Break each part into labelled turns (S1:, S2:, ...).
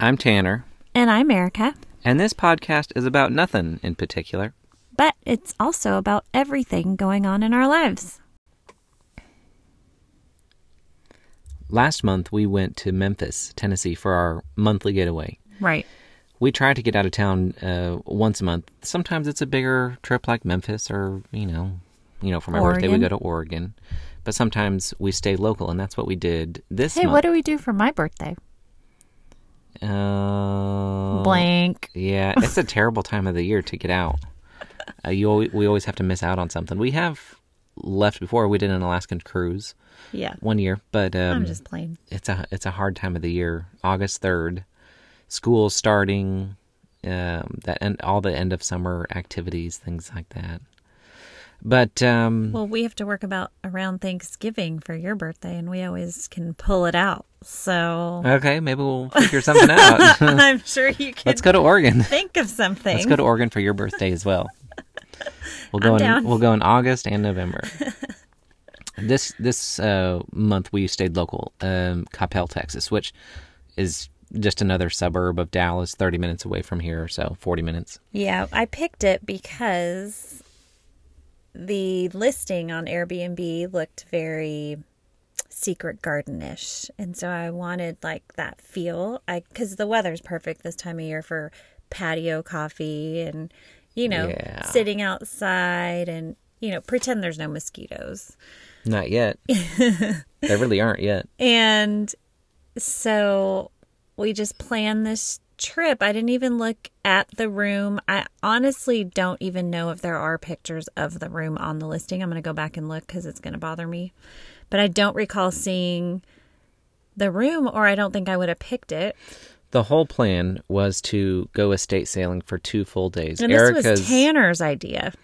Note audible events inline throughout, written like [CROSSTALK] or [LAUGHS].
S1: I'm Tanner,
S2: And I'm Erica,
S1: and this podcast is about nothing in particular.
S2: but it's also about everything going on in our lives.
S1: Last month, we went to Memphis, Tennessee for our monthly getaway.
S2: Right.
S1: We try to get out of town uh, once a month. Sometimes it's a bigger trip like Memphis or, you know, you know, for my birthday, we
S2: Oregon.
S1: go to Oregon. But sometimes we stay local, and that's what we did this
S2: Hey, what
S1: month.
S2: do we do for my birthday?
S1: uh,
S2: Blank.
S1: Yeah, it's a terrible time of the year to get out. Uh, you always, we always have to miss out on something. We have left before. We did an Alaskan cruise
S2: Yeah.
S1: one year, but um,
S2: I'm just playing.
S1: it's a it's a hard time of the year. August third, school starting, um, that and all the end of summer activities, things like that. But um,
S2: Well, we have to work about around Thanksgiving for your birthday, and we always can pull it out.
S1: [LAUGHS]
S2: So [LAUGHS]
S1: okay, maybe we'll figure something out.
S2: I'm sure you can
S1: Let's go to Oregon.
S2: think of something.
S1: Let's go to Oregon for your birthday as well. We'll go
S2: I'm
S1: in
S2: down.
S1: we'll go in August and
S2: [LAUGHS]
S1: November. this this uh, month we stayed local, um, Coppell, Texas, which is just another suburb of Dallas, thirty minutes away from here or so, forty minutes.
S2: Yeah, I picked it because the listing on Airbnb looked very secret garden-ish. And so I wanted like that feel. I cuz the weather's perfect this time of year for patio coffee and you know,
S1: Yeah.
S2: sitting outside and you know, pretend there's no mosquitoes.
S1: Not
S2: [LAUGHS]
S1: yet. they really aren't yet.
S2: And so we just planned this trip. I didn't even look at the room. I honestly don't even know if there are pictures of the room on the listing. I'm going to go back and look because it's going to bother me. But I don't recall seeing the room, or I don't think I would have picked it.
S1: The whole plan was to go estate sailing for two full days.
S2: And this was Tanner's idea.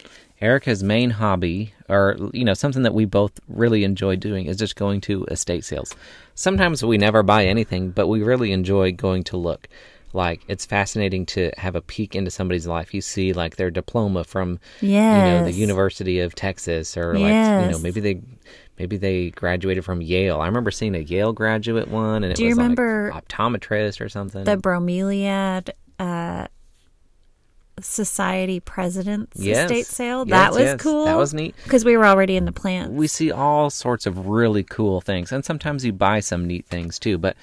S1: Erica's main hobby, or you know, something that we both really enjoy doing, is just going to estate sales. Sometimes we never buy anything, but we really enjoy going to look. Like it's fascinating to have a peek into somebody's life. You see, like their diploma from you know the
S2: Yes.
S1: University of Texas, or like you know
S2: Yes.
S1: maybe they maybe they graduated from Yale. I remember seeing a Yale graduate one, and it
S2: Do you
S1: was
S2: remember
S1: like optometrist or something.
S2: The Bromeliad uh, Society President's
S1: Yes.
S2: estate sale.
S1: Yes,
S2: that was
S1: yes.
S2: cool.
S1: That was neat.
S2: Because we were already in the plants.
S1: we see all sorts of really cool things and sometimes you buy some neat things too but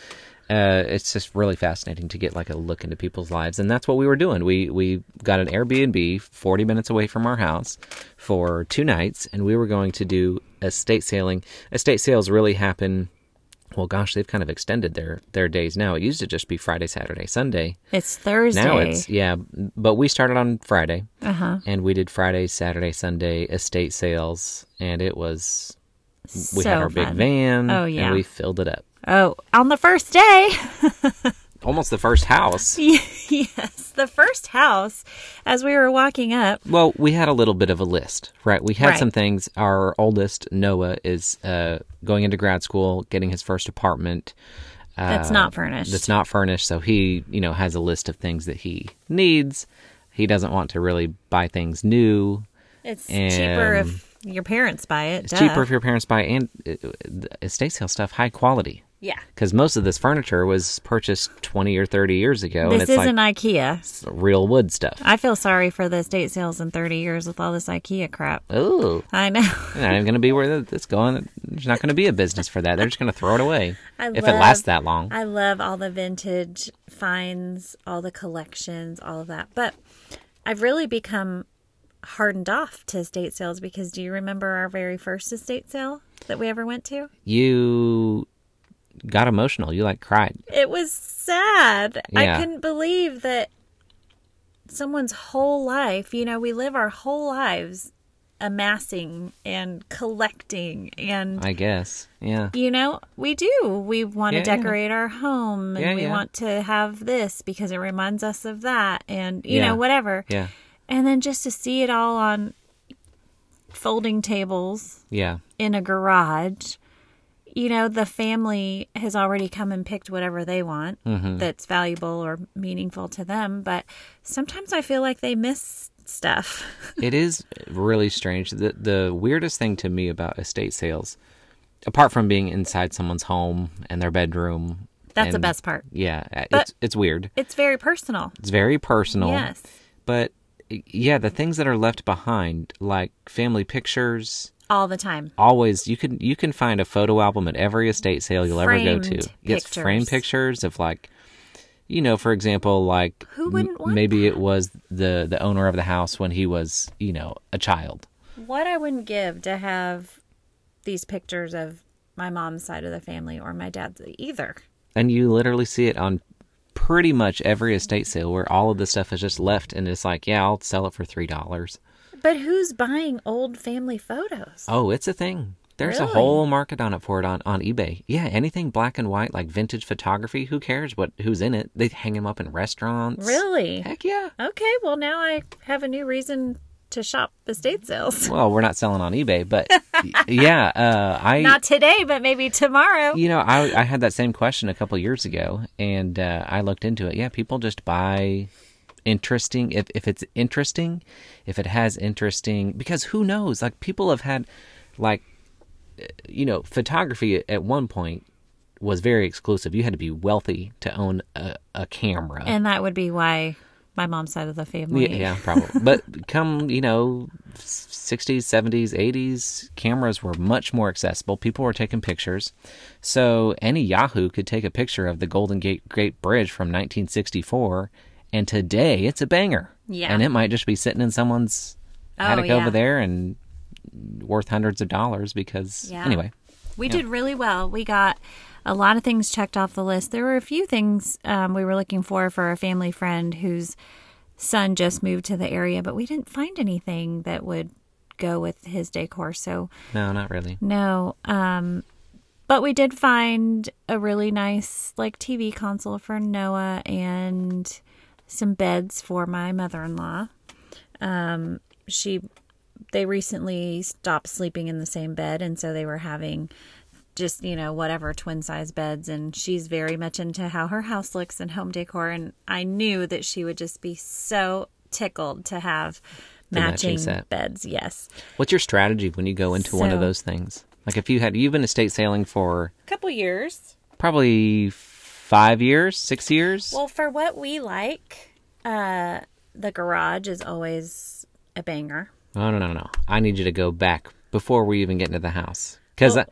S1: uh, it's just really fascinating to get like a look into people's lives and that's what we were doing we we got an airbnb 40 minutes away from our house for two nights and we were going to do estate sailing estate sales really happen well gosh they've kind of extended their their days now it used to just be friday saturday sunday
S2: It's Thursday.
S1: now it's yeah, but we started on Friday, and we did Friday, Saturday, Sunday estate sales, and it was we had
S2: So
S1: our big
S2: fun.
S1: van.
S2: Oh,
S1: and
S2: yeah.
S1: we filled it up.
S2: Oh, on the first day. [LAUGHS]
S1: Almost the first house.
S2: yes, the first house as we were walking up.
S1: Well, we had a little bit of a list, right? We had
S2: Right.
S1: some things. Our oldest Noah is uh, going into grad school, getting his first apartment. Uh,
S2: That's not furnished.
S1: That's not furnished, so he, you know, has a list of things that he needs. He doesn't want to really buy things new.
S2: It's
S1: And-
S2: cheaper if your parents buy it.
S1: It's cheaper if your parents buy and uh, the estate sale stuff high quality
S2: Yeah.
S1: because most of this furniture was purchased 20 or 30 years ago Oh, and
S2: This
S1: it's like
S2: isn't IKEA.
S1: s- real wood stuff
S2: I feel sorry for the estate sales in 30 years with all this IKEA crap.
S1: oh
S2: I know.
S1: not even going to be where that's going there's not going to be a business for that they're just going to throw it away
S2: [LAUGHS] I
S1: if it
S2: love-
S1: lasts that long
S2: I love all the vintage finds, all the collections, all of that. But I've really become hardened off to estate sales because do you remember our very first estate sale that we ever went to?
S1: you got emotional you like cried
S2: It was sad.
S1: Yeah.
S2: I couldn't believe that someone's whole life, you know, we live our whole lives amassing and collecting and
S1: i guess yeah
S2: you know, we do. We want
S1: Yeah,
S2: to
S1: yeah.
S2: decorate our home and
S1: Yeah,
S2: we
S1: yeah.
S2: want to have this because it reminds us of that and, you
S1: Yeah.
S2: know, whatever.
S1: yeah
S2: And then just to see it all on folding tables
S1: yeah
S2: in a garage, you know, the family has already come and picked whatever they want
S1: Mm-hmm.
S2: that's valuable or meaningful to them. But sometimes I feel like they miss stuff. [LAUGHS]
S1: it is really strange. The the weirdest thing to me about estate sales, apart from being inside someone's home and their bedroom,
S2: That's the
S1: And-
S2: best part.
S1: Yeah, Uh,
S2: But-
S1: it's it's weird.
S2: It's very personal.
S1: It's very personal.
S2: Yes.
S1: But yeah, the things that are left behind, like family pictures,
S2: All the time.
S1: always you can you can find a photo album at every estate sale you'll ever go to.
S2: Framed
S1: It's framed pictures of like you know, for example, like
S2: Who wouldn't want
S1: maybe it was the the owner of the house when he was, you know, a child.
S2: What I wouldn't give to have these pictures of my mom's side of the family or my dad's either.
S1: And you literally see it on pretty much every estate sale where all of this stuff is just left and it's like, yeah, I'll sell it for three dollars.
S2: But who's buying old family photos?
S1: Oh, it's a thing. There's a
S2: Really?
S1: whole market on it for it on, on eBay. Yeah, anything black and white like vintage photography, who cares what who's in it? They hang them up in restaurants.
S2: Really?
S1: Heck yeah.
S2: Okay, well now I have a new reason to shop estate
S1: [LAUGHS]
S2: sales.
S1: Well, we're not selling on eBay, but y- yeah, uh, I
S2: Not today, but maybe tomorrow.
S1: you know I I had that same question a couple years ago, and uh, I looked into it. Yeah, people just buy interesting if if it's interesting, if it has interesting because who knows? Like people have had like uh, you know photography at one point was very exclusive. You had to be wealthy to own a, a camera.
S2: And that would be why my mom's side of the
S1: Yeah,
S2: family.
S1: yeah, probably. but come, you know, 60s, 70s, 80s, cameras were much more accessible. People were taking pictures. So any Yahoo could take a picture of the Golden Gate Great Bridge from 1964, and today it's a banger.
S2: Yeah. Oh,
S1: And it might just be sitting in someone's attic
S2: yeah.
S1: over there and worth hundreds of dollars because,
S2: Yeah.
S1: anyway.
S2: We did really well. We got a lot of things checked off the list. There were a few things um, we were looking for for a family friend whose son just moved to the area, but we didn't find anything that would go with his decor. So,
S1: No, not really.
S2: no. Um, but we did find a really nice like TV console for Noah and some beds for my mother-in-law. Um, she they recently stopped sleeping in the same bed and so they were having just you know whatever twin size beds and she's very much into how her house looks and home decor and i knew that she would just be so tickled to have
S1: matching
S2: matching,
S1: set.
S2: beds yes
S1: What's your strategy when you go into one of
S2: So-
S1: those things? Like if you had, you've been estate sailing for
S2: a couple years
S1: probably five years, six years.
S2: Well, for what we like, uh, the garage is always a banger.
S1: No, no, no, no. I need you to go back before we even get into the house. Because,
S2: Well-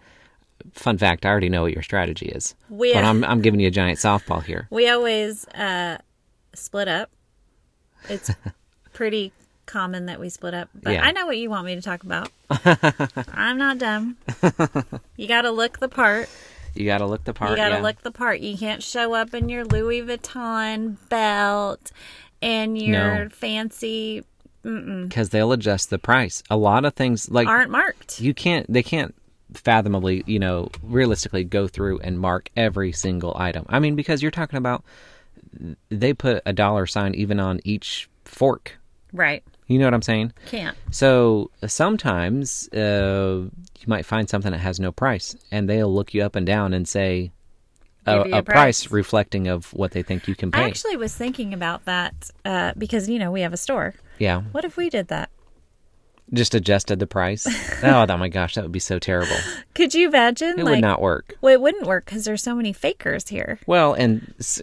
S1: fun fact, I already know what your strategy is.
S2: We-
S1: But I'm, I'm giving you a giant softball here.
S2: We always uh, split up.
S1: [LAUGHS]
S2: It's pretty common that we split up, but
S1: Yeah.
S2: I know what you want me to talk about. I'm
S1: [LAUGHS]
S2: not dumb. You got to look the part.
S1: You got to look the part.
S2: You got to
S1: yeah.
S2: look the part. You can't show up in your Louis Vuitton belt and your
S1: No.
S2: fancy
S1: Because they'll adjust the price. A lot of things, like,
S2: aren't marked.
S1: you can't, they can't fathomably, you know, realistically go through and mark every single item. I mean, because you're talking about they put a dollar sign even on each fork.
S2: Right.
S1: You know what I'm saying?
S2: Can't.
S1: So sometimes uh, you might find something that has no price, and they'll look you up and down and say a,
S2: Give you
S1: a
S2: a
S1: price.
S2: price.
S1: reflecting of what they think you can
S2: I
S1: pay.
S2: actually was thinking about that uh, because, you know, we have a store.
S1: yeah,
S2: What if we did that?
S1: just adjusted the
S2: [LAUGHS]
S1: price. oh, th- my gosh, that would be so terrible.
S2: Could you imagine?
S1: It would not work.
S2: Well, it wouldn't work because there's so many fakers here.
S1: Well, and s-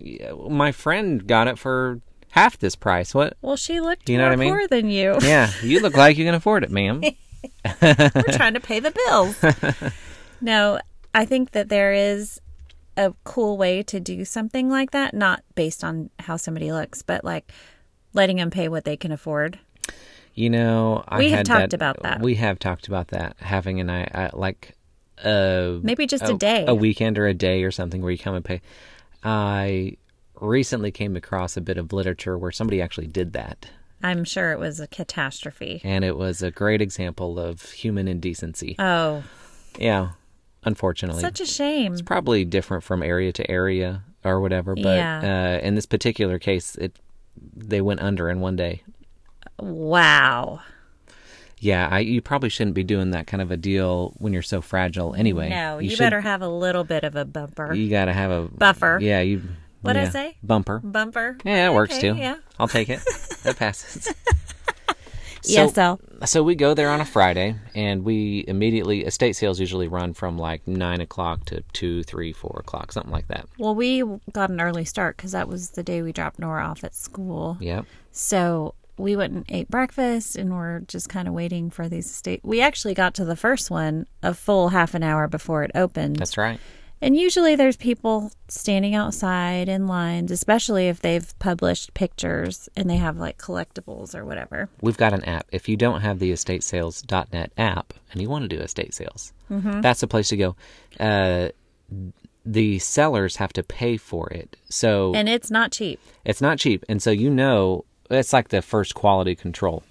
S1: my friend got it for half this price. What?
S2: Well, she looked
S1: You know
S2: more
S1: what I mean?
S2: poor than you.
S1: Yeah, you look like you can afford it,
S2: [LAUGHS]
S1: ma'am.
S2: We're trying to pay the bills.
S1: [LAUGHS]
S2: no, I think that there is a cool way to do something like that, not based on how somebody looks, but like letting them pay what they can afford.
S1: You know, I
S2: We have
S1: had
S2: talked about that.
S1: We have talked about that having an I, I like uh
S2: Maybe just
S1: a-
S2: a day.
S1: a weekend or a day or something where you come and pay. I recently came across a bit of literature where somebody actually did that,
S2: I'm sure it was a catastrophe.
S1: and it was a great example of human indecency.
S2: Oh,
S1: yeah, unfortunately,
S2: such a shame.
S1: probably different from area to area or whatever. But
S2: Yeah.
S1: uh, in this particular case, it they went under in one day.
S2: Wow.
S1: Yeah, I, you probably shouldn't be doing that kind of a deal when you're so fragile. Anyway,
S2: No, you,
S1: should-
S2: better have a little bit of a bumper.
S1: You gotta have a
S2: Buffer.
S1: Yeah, you.
S2: What'd I
S1: yeah,
S2: say?
S1: Bumper.
S2: bumper.
S1: Yeah, it works
S2: [LAUGHS] Okay,
S1: too.
S2: Yeah. [LAUGHS]
S1: I'll take it. That passes.
S2: yes, uh, Al.
S1: So we go there on a Friday, and we immediately estate sales usually run from like nine o'clock to two, three, four o'clock, something like that.
S2: Well, we got an early start because that was the day we dropped Nora off at school.
S1: Yep.
S2: So we went and ate breakfast, and we're just kind of waiting for these estate. We actually got to the first one a full half an hour before it opened.
S1: That's right.
S2: And usually there's people standing outside in lines, especially if they've published pictures and they have like collectibles or whatever.
S1: We've got an app. If you don't have the estatesales.net app and you want to do estate sales,
S2: Mm-hmm.
S1: that's the place to go. Uh, the sellers have to pay for it. So
S2: And it's not cheap.
S1: it's not cheap. And so you know, it's like the first quality control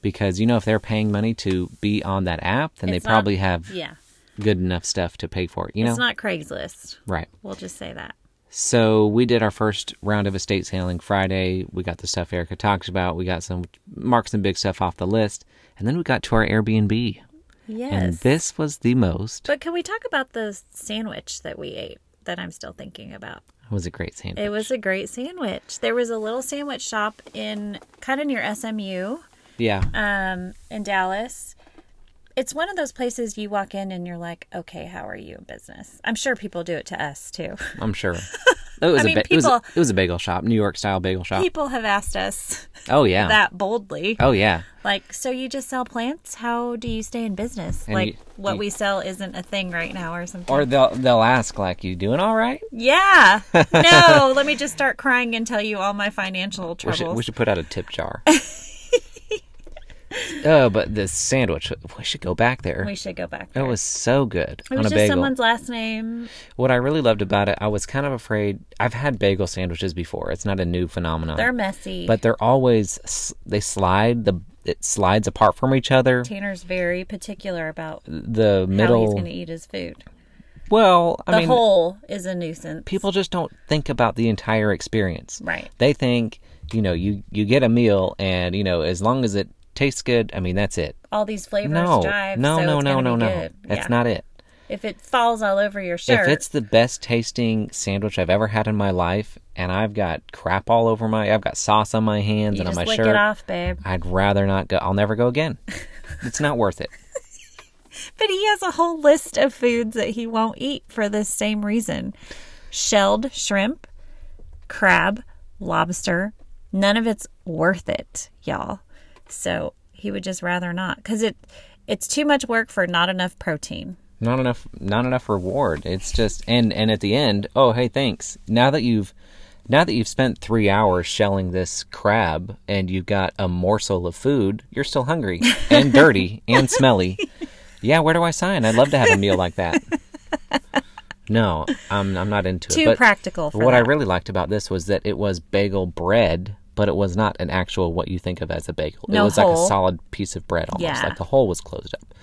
S1: because you know if they're paying money to be on that app, then
S2: It's
S1: they
S2: not-
S1: probably have
S2: Yeah.
S1: good enough stuff to pay for it, you know?
S2: It's not Craigslist.
S1: right.
S2: We'll just say that.
S1: So we did our first round of estate sailing Friday. We got the stuff Erica talked about. We got some marked some big stuff off the list, and then we got to our Airbnb. And
S2: Yes.
S1: this was the most.
S2: but can we talk about the sandwich that we ate that I'm still thinking about?
S1: It was a great sandwich.
S2: It was a great sandwich. There was a little sandwich shop in kind of near SMU
S1: yeah,
S2: um, in Dallas. It's one of those places you walk in and you're like, okay, how are you in business? I'm sure people do it to us too. [LAUGHS]
S1: I'm sure. It was
S2: I mean,
S1: a ba- it was a,
S2: people-
S1: it was a bagel shop, New York style bagel shop.
S2: People have asked us
S1: oh yeah.
S2: that boldly.
S1: oh yeah.
S2: Like, so you just sell plants? How do you stay in business?
S1: And
S2: like,
S1: you-
S2: what
S1: you-
S2: we sell isn't a thing right now or something.
S1: Or they'll they'll ask like, "You doing all right?"
S2: yeah.
S1: [LAUGHS]
S2: No, let me just start crying and tell you all my financial
S1: We
S2: troubles.
S1: should, we should put out a tip
S2: [LAUGHS]
S1: jar. oh, but the sandwich. We should go back there.
S2: We should go back.
S1: It
S2: there.
S1: was so good
S2: It
S1: on
S2: was
S1: a
S2: just
S1: bagel.
S2: someone's last name.
S1: What I really loved about it, I was kind of afraid. I've had bagel sandwiches before. It's not a new phenomenon.
S2: They're messy.
S1: but they're always s- they slide the it slides apart from each other.
S2: Tanner's very particular about
S1: The
S2: how he's
S1: middle.
S2: going to eat his food.
S1: Well, I
S2: The
S1: mean,
S2: whole is a nuisance.
S1: people just don't think about the entire experience.
S2: Right.
S1: They think you know you you get a meal and you know as long as it tastes good. I mean that's it.
S2: all these flavors
S1: No,
S2: jive.
S1: no,
S2: so
S1: no,
S2: it's
S1: no,
S2: gonna
S1: no,
S2: be
S1: no.
S2: good.
S1: That's
S2: Yeah.
S1: not it.
S2: If it falls all over your shirt,
S1: If it's the best tasting sandwich I've ever had in my life, and I've got crap all over my, I've got sauce on my hands
S2: you
S1: and on
S2: just
S1: my
S2: lick
S1: shirt.
S2: it off, babe.
S1: I'd rather not go. I'll never go again. It's not worth it.
S2: But he has a whole list of foods that he won't eat for this same reason shelled shrimp, crab, lobster. None of it's worth it, y'all. So he would just rather not because it, it's too much work for not enough protein.
S1: Not enough. Not enough reward. It's just and and at the end, oh hey, thanks. Now that you've now that you've spent three hours shelling this crab and you've got a morsel of food, you're still hungry and dirty and smelly. Yeah, where do I sign? I'd love to have a meal like that. No, I'm I'm not into it.
S2: Too
S1: But
S2: practical for
S1: What I
S2: that.
S1: really liked about this was that it was bagel bread, but it was not an actual what you think of as a bagel.
S2: No
S1: it was like
S2: hole.
S1: a solid piece of bread almost.
S2: Yeah.
S1: Like the hole was closed up.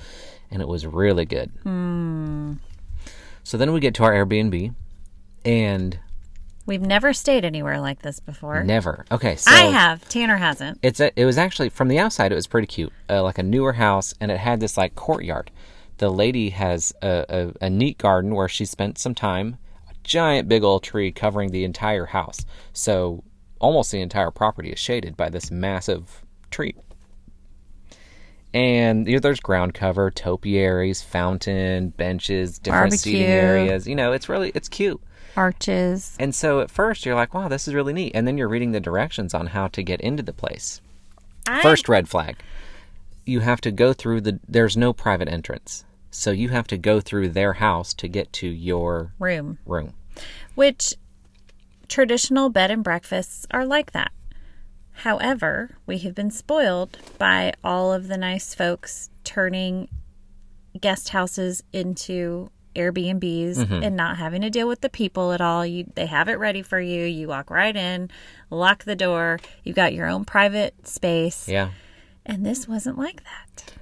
S1: And it was really good.
S2: Hmm.
S1: So then we get to our Airbnb and
S2: We've never stayed anywhere like this before.
S1: never. Okay, Mm. so
S2: Er. I have. Tanner hasn't.
S1: it's a, it was actually from the outside it was pretty cute uh, like a newer house and it had this like courtyard the lady has a, a, a neat garden where she spent some time a giant big old tree covering the entire house so almost the entire property is shaded by this massive tree and you know, there's ground cover topiaries fountain benches different seating
S2: Barbecue.
S1: areas you know it's really it's cute
S2: Arches.
S1: and so at first you're like wow this is really neat and then you're reading the directions on how to get into the place
S2: I,
S1: First red flag. You have to go through the there's no private entrance. So you have to go through their house to get to your
S2: room,
S1: room.
S2: which traditional bed and breakfasts are like that. However, we have been spoiled by all of the nice folks turning guest houses into Airbnbs and not having to deal with the people at all. You, they have it ready for you. You walk right in, lock the door. You've got your own private space.
S1: Yeah.
S2: And this wasn't like that.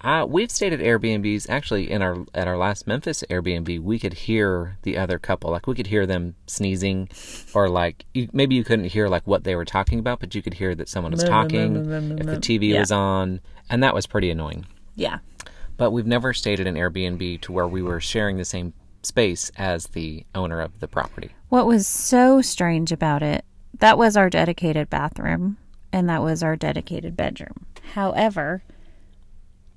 S1: Uh, we've stayed at Airbnbs actually in our at our last Memphis Airbnb we could hear the other couple like we could hear them sneezing or like you, maybe you couldn't hear like what they were talking about but you could hear that someone was talking if the TV was on and that was pretty annoying.
S2: Yeah.
S1: But we've never stayed at an Airbnb to where we were sharing the same space as the owner of the property.
S2: What was so strange about it, that was our dedicated bathroom and that was our dedicated bedroom. However,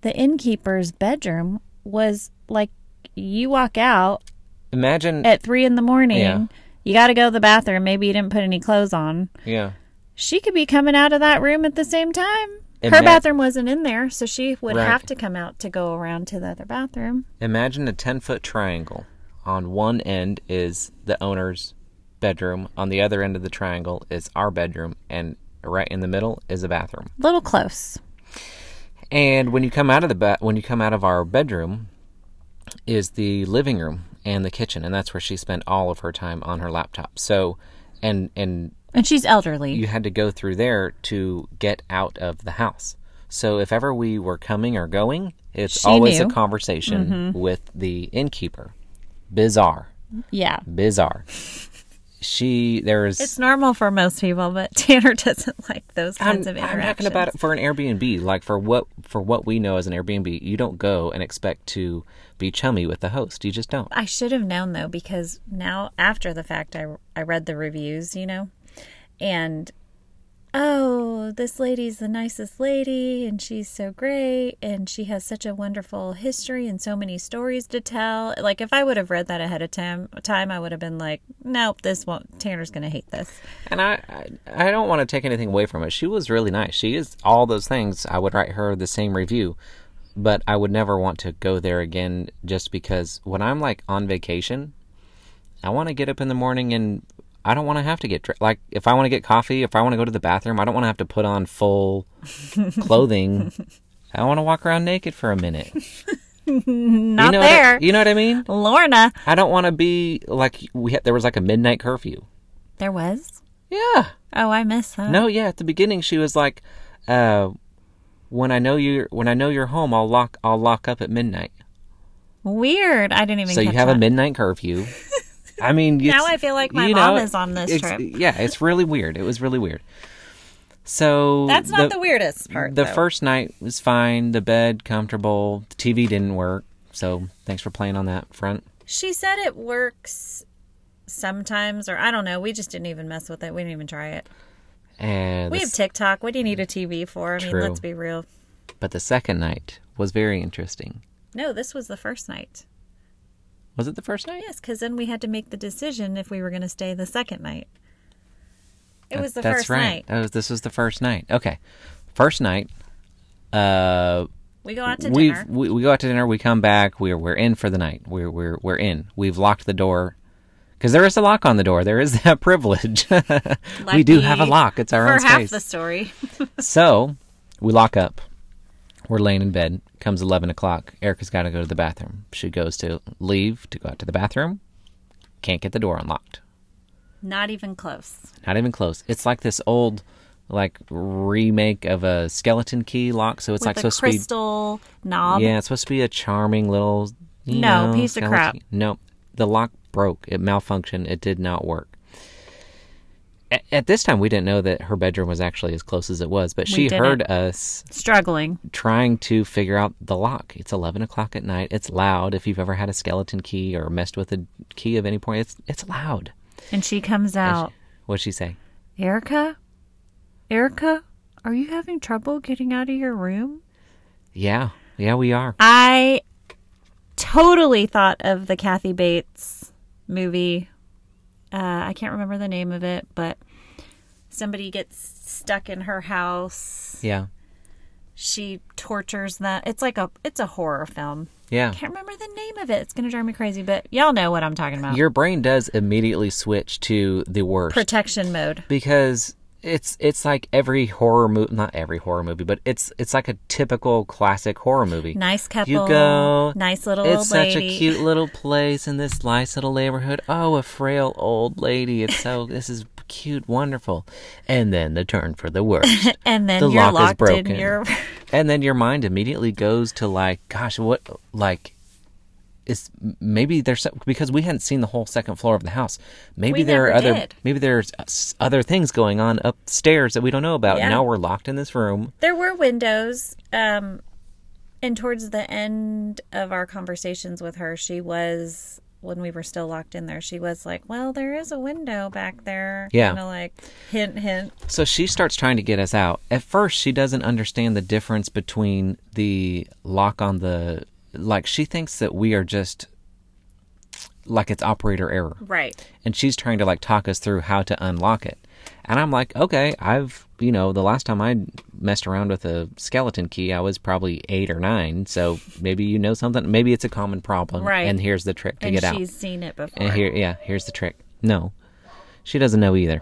S2: the innkeeper's bedroom was like you walk out
S1: Imagine,
S2: at three in the morning.
S1: Yeah.
S2: You got to go to the bathroom. Maybe you didn't put any clothes on.
S1: yeah,
S2: She could be coming out of that room at the same time.
S1: And
S2: Her
S1: that-
S2: bathroom wasn't in there, so she would
S1: Right.
S2: have to come out to go around to the other bathroom.
S1: imagine a ten foot triangle. On one end is the owner's bedroom. On the other end of the triangle is our bedroom, and right in the middle is a bathroom.
S2: Little close.
S1: And when you come out of the ba- when you come out of our bedroom, is the living room and the kitchen, and that's where she spent all of her time on her laptop. So, and and
S2: And she's elderly.
S1: you had to go through there to get out of the house. So if ever we were coming or going, it's
S2: She
S1: always a
S2: knew. Mm-hmm.
S1: conversation with the innkeeper. Bizarre,
S2: yeah.
S1: bizarre. she there is.
S2: It's normal for most people, but [LAUGHS] Tanner doesn't like those
S1: I'm,
S2: kinds of
S1: I'm
S2: interactions.
S1: talking about it for an Airbnb. Like for what for what we know as an Airbnb, you don't go and expect to be chummy with the host. You just don't.
S2: I should have known though, because now after the fact, I, I read the reviews, you know, and oh, this lady's the nicest lady, and she's so great, and she has such a wonderful history and so many stories to tell. Like if I would have read that ahead of time, time I would have been like, nope, this won't. Tanner's gonna hate this.
S1: And I, I, I don't want to take anything away from it. She was really nice. She is all those things. I would write her the same review, but I would never want to go there again just because when I'm like on vacation, I want to get up in the morning and I don't want to have to get dre- like if I want to get coffee, if I want to go to the bathroom, I don't want to have to put on
S2: [LAUGHS]
S1: full clothing. I want to walk around naked for a minute.
S2: [LAUGHS] Not
S1: you know what I-
S2: there,
S1: you know what I mean?
S2: Lorna.
S1: I don't want to be like we had, there was like a midnight curfew.
S2: There was.
S1: Yeah.
S2: Oh, I miss that.
S1: No, yeah, at the beginning she was like, uh, "When I know you're when I know you're home, I'll lock I'll lock up at midnight."
S2: Weird. I didn't even.
S1: So you
S2: catch
S1: have
S2: that.
S1: a midnight curfew. I mean,
S2: [LAUGHS] Now
S1: it's-
S2: I feel like my
S1: you
S2: mom
S1: know,
S2: is on this
S1: it's-
S2: trip.
S1: Yeah, it's really weird. It was really weird. So
S2: That's not the, weirdest part.
S1: The
S2: though.
S1: first night was fine. The bed comfortable. The TV didn't work. So thanks for playing on that front.
S2: She said it works sometimes, or I don't know. We just didn't even mess with it. We didn't even try it.
S1: And
S2: We
S1: the
S2: have TikTok. What do you need a TV for? I
S1: True.
S2: mean, let's be real.
S1: s- but the second night was very interesting.
S2: No, this was the first night.
S1: Was it the first night?
S2: Yes, because then we had to make the decision if we were going to stay the second night. It was the
S1: That's
S2: first
S1: right.
S2: night.
S1: That was, this was the first night. Okay, first night. Uh,
S2: We go out to
S1: we
S2: dinner.
S1: we we go out to dinner. We come back. We're we're in for the night. We're we're we're in. We've locked the door because there is a lock on the door. There is [LAUGHS] that privilege. we do have a
S2: Lucky
S1: lock. It's our
S2: for
S1: own
S2: half
S1: space.
S2: the story. [LAUGHS]
S1: So we lock up. We're laying in bed. Comes eleven o'clock. Erica's got to go to the bathroom. She goes to leave to go out to the bathroom. Can't get the door unlocked.
S2: Not even close.
S1: Not even close. It's like this old, like remake of a skeleton key lock. So it's
S2: With
S1: like
S2: a
S1: supposed
S2: crystal
S1: to
S2: knob.
S1: be. Yeah, it's supposed to be a charming little. you
S2: No,
S1: know,
S2: piece of
S1: skeleton
S2: crap.
S1: key. No, the lock broke. It malfunctioned. It did not work. A- At this time, we didn't know that her bedroom was actually as close as it was, but she
S2: didn't.
S1: heard us
S2: Struggling.
S1: trying to figure out the lock. It's eleven o'clock at night. It's loud. If you've ever had a skeleton key or messed with a key of any point, it's it's loud.
S2: And she comes out.
S1: What'd she say?
S2: Erica? Erica, are you having trouble getting out of your room?
S1: Yeah, yeah, we are.
S2: I totally thought of the Kathy Bates movie. Uh, I can't remember the name of it, but somebody gets stuck in her house.
S1: Yeah.
S2: She tortures them. It's like a it's a horror film.
S1: Yeah.
S2: Can't remember the name of it. It's gonna drive me crazy, but y'all know what I'm talking about.
S1: Your brain does immediately switch to the worst
S2: Protection mode.
S1: because it's it's like every horror movie, not every horror movie, but it's it's like a typical classic horror movie.
S2: Nice couple.
S1: You go.
S2: Nice little
S1: It's
S2: old lady.
S1: such a cute little place in this nice little neighborhood. Oh, a frail old lady. It's so this is cute, wonderful. And then the turn for the worst.
S2: and then
S1: the
S2: you're
S1: lock is
S2: locked
S1: broken.
S2: in [LAUGHS] your
S1: and then your mind immediately goes to like gosh what like is maybe there's some- because we hadn't seen the whole second floor of the house maybe
S2: We
S1: there are
S2: never
S1: other
S2: did.
S1: maybe there's uh, s- other things going on upstairs that we don't know about
S2: Yeah.
S1: now we're locked in this room
S2: there were windows um and towards the end of our conversations with her she was when we were still locked in there, she was like, "Well, there is a window back there."
S1: Yeah.
S2: Kind of like hint, hint.
S1: So she starts trying to get us out. At first, she doesn't understand the difference between the lock on the. Like, she thinks that we are just. Like, it's operator error.
S2: Right.
S1: And she's trying to, like, talk us through how to unlock it. And I'm like, okay, I've. You know, the last time I messed around with a skeleton key, I was probably eight or nine. So maybe you know something. Maybe it's a common problem.
S2: Right.
S1: And here's the trick to
S2: And
S1: get
S2: she's
S1: out.
S2: seen it before.
S1: And here, yeah, here's the trick. No, she doesn't know either.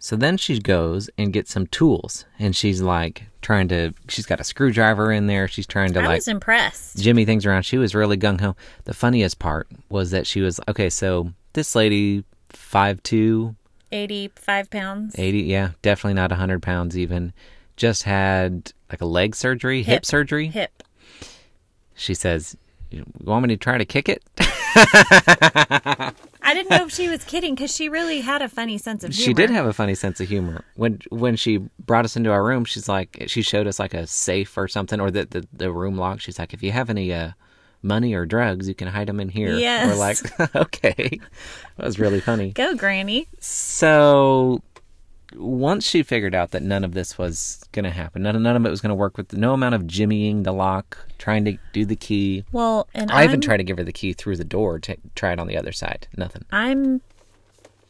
S1: So then she goes and gets some tools, and she's like trying to. She's got a screwdriver in there. She's trying to
S2: I
S1: like
S2: was impressed.
S1: jimmy things around. She was really gung ho. The funniest part was that she was okay. So this lady, five two,
S2: 85 pounds.
S1: 80 yeah definitely not 100 pounds even just had like a leg surgery hip,
S2: Hip.
S1: surgery
S2: Hip.
S1: she says you want me to try to kick it [LAUGHS]
S2: I didn't know if she was kidding because she really had a funny sense of humor.
S1: She did have a funny sense of humor. When when she brought us into our room, she's like, she showed us like a safe or something, or the the, the room lock. She's like, if you have any uh, money or drugs, you can hide them in here.
S2: Yes.
S1: We're like, [LAUGHS] okay, that was really funny.
S2: Go, Granny.
S1: So once she figured out that none of this was going to happen, none none of it was going to work with no amount of jimmying the lock, trying to do the key.
S2: Well, and
S1: I even
S2: I'm-
S1: tried to give her the key through the door to try it on the other side. Nothing.
S2: I'm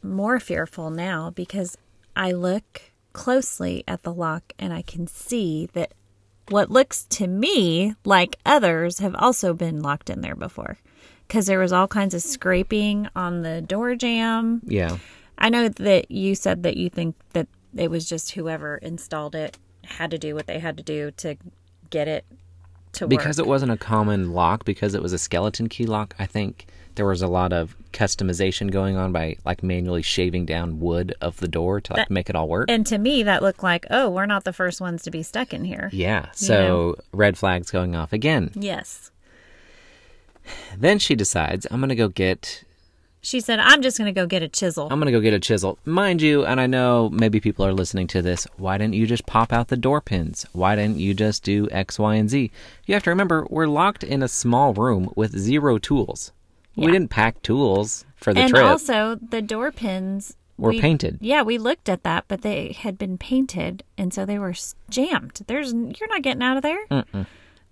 S2: more fearful now because I look closely at the lock and I can see that what looks to me like others have also been locked in there before because there was all kinds of scraping on the door jamb.
S1: Yeah.
S2: I know that you said that you think that it was just whoever installed it had to do what they had to do to get it to work.
S1: because it wasn't a common lock because it was a skeleton key lock i think there was a lot of customization going on by like manually shaving down wood of the door to like make it all work
S2: and to me that looked like, "Oh, we're not the first ones to be stuck in here."
S1: yeah so red flags going off again
S2: Yes.
S1: then she decides i'm gonna go get
S2: She said, I'm just going to go get a chisel.
S1: i'm gonna go get a chisel mind you and i know maybe people are listening to this why didn't you just pop out the door pins why didn't you just do x y and z you have to remember we're locked in a small room with zero tools we
S2: Yeah.
S1: didn't pack tools for the
S2: and
S1: trip
S2: also, the door pins
S1: Were
S2: we-
S1: painted.
S2: Yeah, we looked at that, but they had been painted, and so they were s- jammed. There's you're not getting out of there.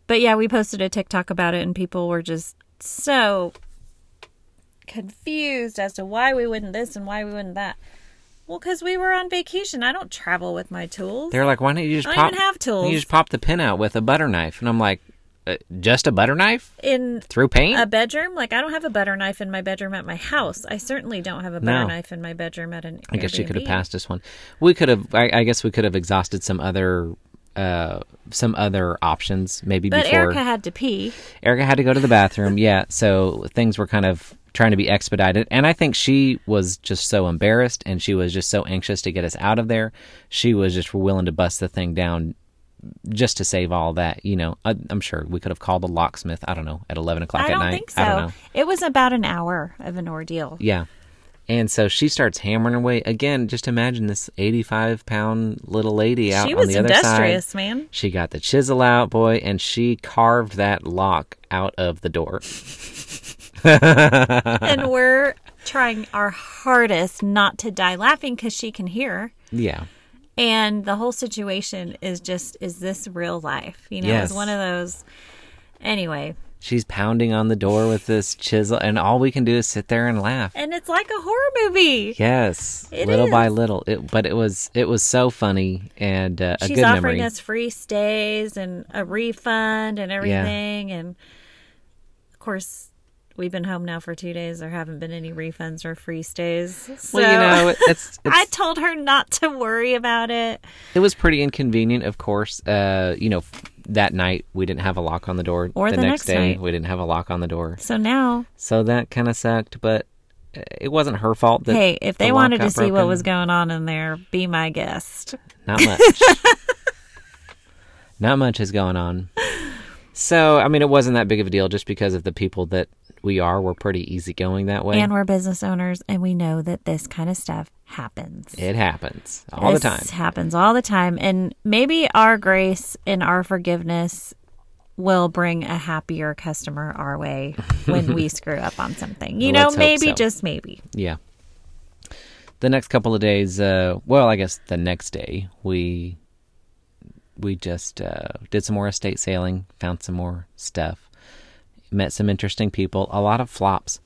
S2: But yeah, we posted a TikTok about it, and people were just so confused as to why we wouldn't this and why we wouldn't that. Well, because we were on vacation. I don't travel with my tools.
S1: They're like, why don't you just
S2: I don't
S1: pop?
S2: even have
S1: why don't
S2: tools.
S1: You just pop the pin out with a butter knife, and I'm like, uh, just a butter knife
S2: in
S1: through paint?
S2: a bedroom, like I don't have a butter knife in my bedroom at my house. I certainly don't have a butter
S1: No.
S2: knife in my bedroom at an.
S1: I guess she could have
S2: Airbnb.
S1: passed this one. We could have. I, I guess we could have exhausted some other, uh, some other options maybe
S2: But
S1: before
S2: Erica had to pee.
S1: Erica had to go to the bathroom. yeah, so things were kind of trying to be expedited, and I think she was just so embarrassed, and she was just so anxious to get us out of there. She was just willing to bust the thing down just to save all that. You know, I, I'm sure we could have called the locksmith. I don't know at 11 o'clock
S2: I
S1: at
S2: don't
S1: night.
S2: think so.
S1: I don't know.
S2: It was about an hour of an ordeal.
S1: Yeah. And so she starts hammering away again. Just imagine this 85 pound little lady out
S2: she
S1: on
S2: was
S1: the other side. [LAUGHS]
S2: industrious, man.
S1: She got the chisel out, boy, and she carved that lock out of the door.
S2: and we're trying our hardest not to die laughing because she can hear.
S1: Yeah.
S2: And the whole situation is just, is this real life? You know,
S1: Yes.
S2: it's one of those. Anyway,
S1: She's pounding on the door with this chisel, and all we can do is sit there and laugh.
S2: and it's like a horror movie.
S1: Yes,
S2: It
S1: little by
S2: is.
S1: little. It, but it was it was so funny and uh, a
S2: She's
S1: good
S2: offering
S1: memory.
S2: us free stays and a refund and everything. And of course, we've been home now for two days. There haven't been any refunds or free stays. So
S1: well, you know, it- it's, it's
S2: [LAUGHS] I told her not to worry about it.
S1: it was pretty inconvenient, of course. Uh, you know, that night we didn't have a lock on the door.
S2: Or the
S1: next
S2: next
S1: day
S2: night.
S1: we didn't have a lock on the door,
S2: So now,
S1: so that kind of sucked. But uh, it wasn't her fault. That
S2: hey, if
S1: the
S2: they
S1: lock
S2: wanted to
S1: got
S2: see what
S1: broken.
S2: was going on in there, be my guest.
S1: Not much. Not much is going on. So, I mean, it wasn't that big of a deal just because of the people that we are. We're pretty easygoing that way.
S2: And we're business owners, and we know that this kind of stuff happens.
S1: it happens all the
S2: this
S1: time.
S2: happens all the time. And maybe our grace and our forgiveness will bring a happier customer our way
S1: [LAUGHS]
S2: when we screw up on something. You know,
S1: Let's hope
S2: maybe
S1: so.
S2: just maybe.
S1: Yeah. The next couple of days, uh, well, I guess the next day, we we just uh, did some more estate sailing, found some more stuff, met some interesting people, a lot of flops.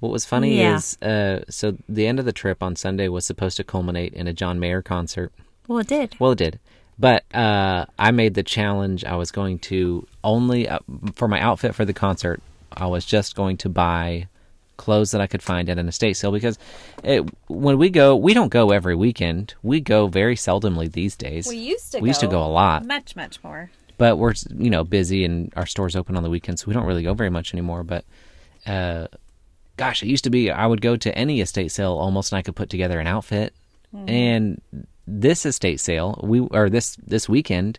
S1: What was funny
S2: Yeah.
S1: is, uh, so the end of the trip on Sunday was supposed to culminate in a John Mayer concert.
S2: Well, it did.
S1: Well, it did. But uh, I made the challenge. I was going to only uh, for my outfit for the concert. I was just going to buy clothes that I could find at an estate sale because it, when we go, we don't go every weekend. We go very seldomly these days.
S2: We used to
S1: We used to
S2: go.
S1: go a lot,
S2: Much, much more.
S1: but we're you know busy and our stores open on the weekends, so we don't really go very much anymore. But uh, gosh, it used to be I would go to any estate sale almost, and I could put together an outfit. And this estate sale, we or this this weekend,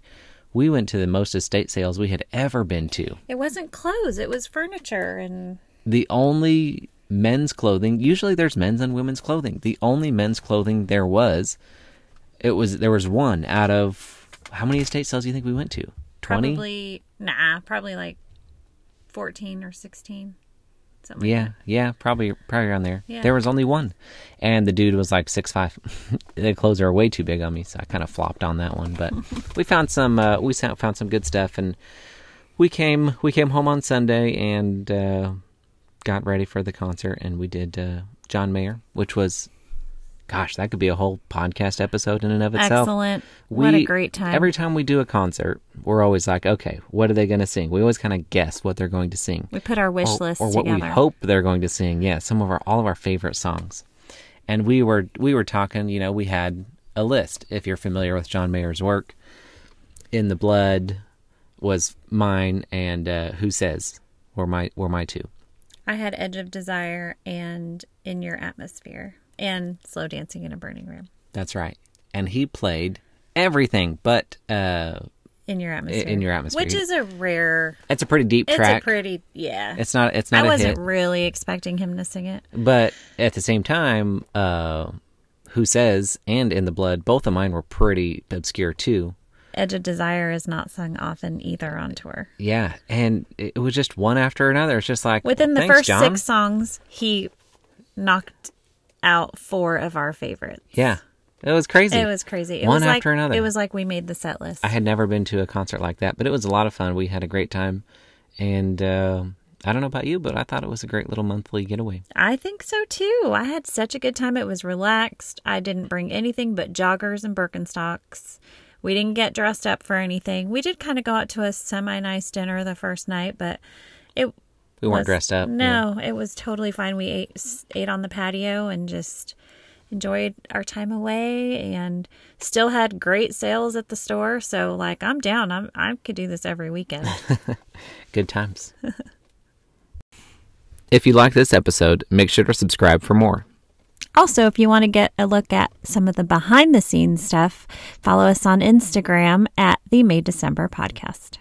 S1: we went to the most estate sales we had ever been to.
S2: It wasn't clothes, it was furniture and
S1: The only men's clothing, usually there's men's and women's clothing. The only men's clothing there was, it was there was one out of how many estate sales do you think we went to? Twenty.
S2: probably nah, probably like 14 or 16. Something
S1: Yeah, yeah, probably probably around there.
S2: Yeah.
S1: There was only one, and the dude was like six five. [LAUGHS] the clothes are way too big on me, so I kind of flopped on that one.
S2: [LAUGHS]
S1: But we found some uh, we sou- found some good stuff, and we came we came home on Sunday and uh, got ready for the concert, and we did uh, John Mayer, which was, gosh, that could be a whole podcast episode in and of itself.
S2: Excellent. what a
S1: We-
S2: great time.
S1: Every time we do a concert, we're always like, okay, what are they going to sing? We always kind of guess what they're going to sing
S2: we put our wish
S1: or,
S2: list
S1: or what
S2: together.
S1: we hope they're going to sing. Yeah, some of our all of our favorite songs, and we were we were talking. You know, we had a list. If you're familiar with John Mayer's work, "In the Blood" was mine, and uh, "Who Says" were my were my two.
S2: I had Edge of Desire and In Your Atmosphere and Slow Dancing in a Burning Room.
S1: That's right. And he played everything, but uh,
S2: In Your Atmosphere.
S1: In Your Atmosphere.
S2: Which is a rare
S1: it's a pretty deep
S2: it's
S1: track.
S2: a pretty yeah.
S1: it's not it's
S2: I
S1: not a hit,
S2: wasn't really expecting him to sing it.
S1: but at the same time, uh, "Who Says" and "In the Blood" both of mine were pretty obscure too.
S2: Edge of Desire is not sung often either on tour.
S1: Yeah, and it it was just one after another. It's just like
S2: Within the
S1: "Thanks,
S2: first
S1: John."
S2: six songs, he knocked out four of our favorites.
S1: Yeah, it was crazy.
S2: It was crazy. It
S1: one
S2: was
S1: after
S2: like,
S1: another.
S2: It was like we made the set list.
S1: I had never been to a concert like that, but it was a lot of fun. We had a great time, and uh, I don't know about you, but I thought it was a great little monthly getaway.
S2: I think so too. I had such a good time. It was relaxed. I didn't bring anything but joggers and Birkenstocks. We didn't get dressed up for anything. We did kind of go out to a semi nice dinner the first night, but it
S1: We weren't
S2: was-
S1: dressed up. yeah.
S2: No, it was totally fine. We ate s- ate on the patio and just enjoyed our time away and still had great sales at the store. So like I'm down. I'm I could do this every weekend.
S1: good times. [LAUGHS] if you like this episode, make sure to subscribe for more.
S2: Also, if you want to get a look at some of the behind the scenes stuff, follow us on Instagram at the May December podcast.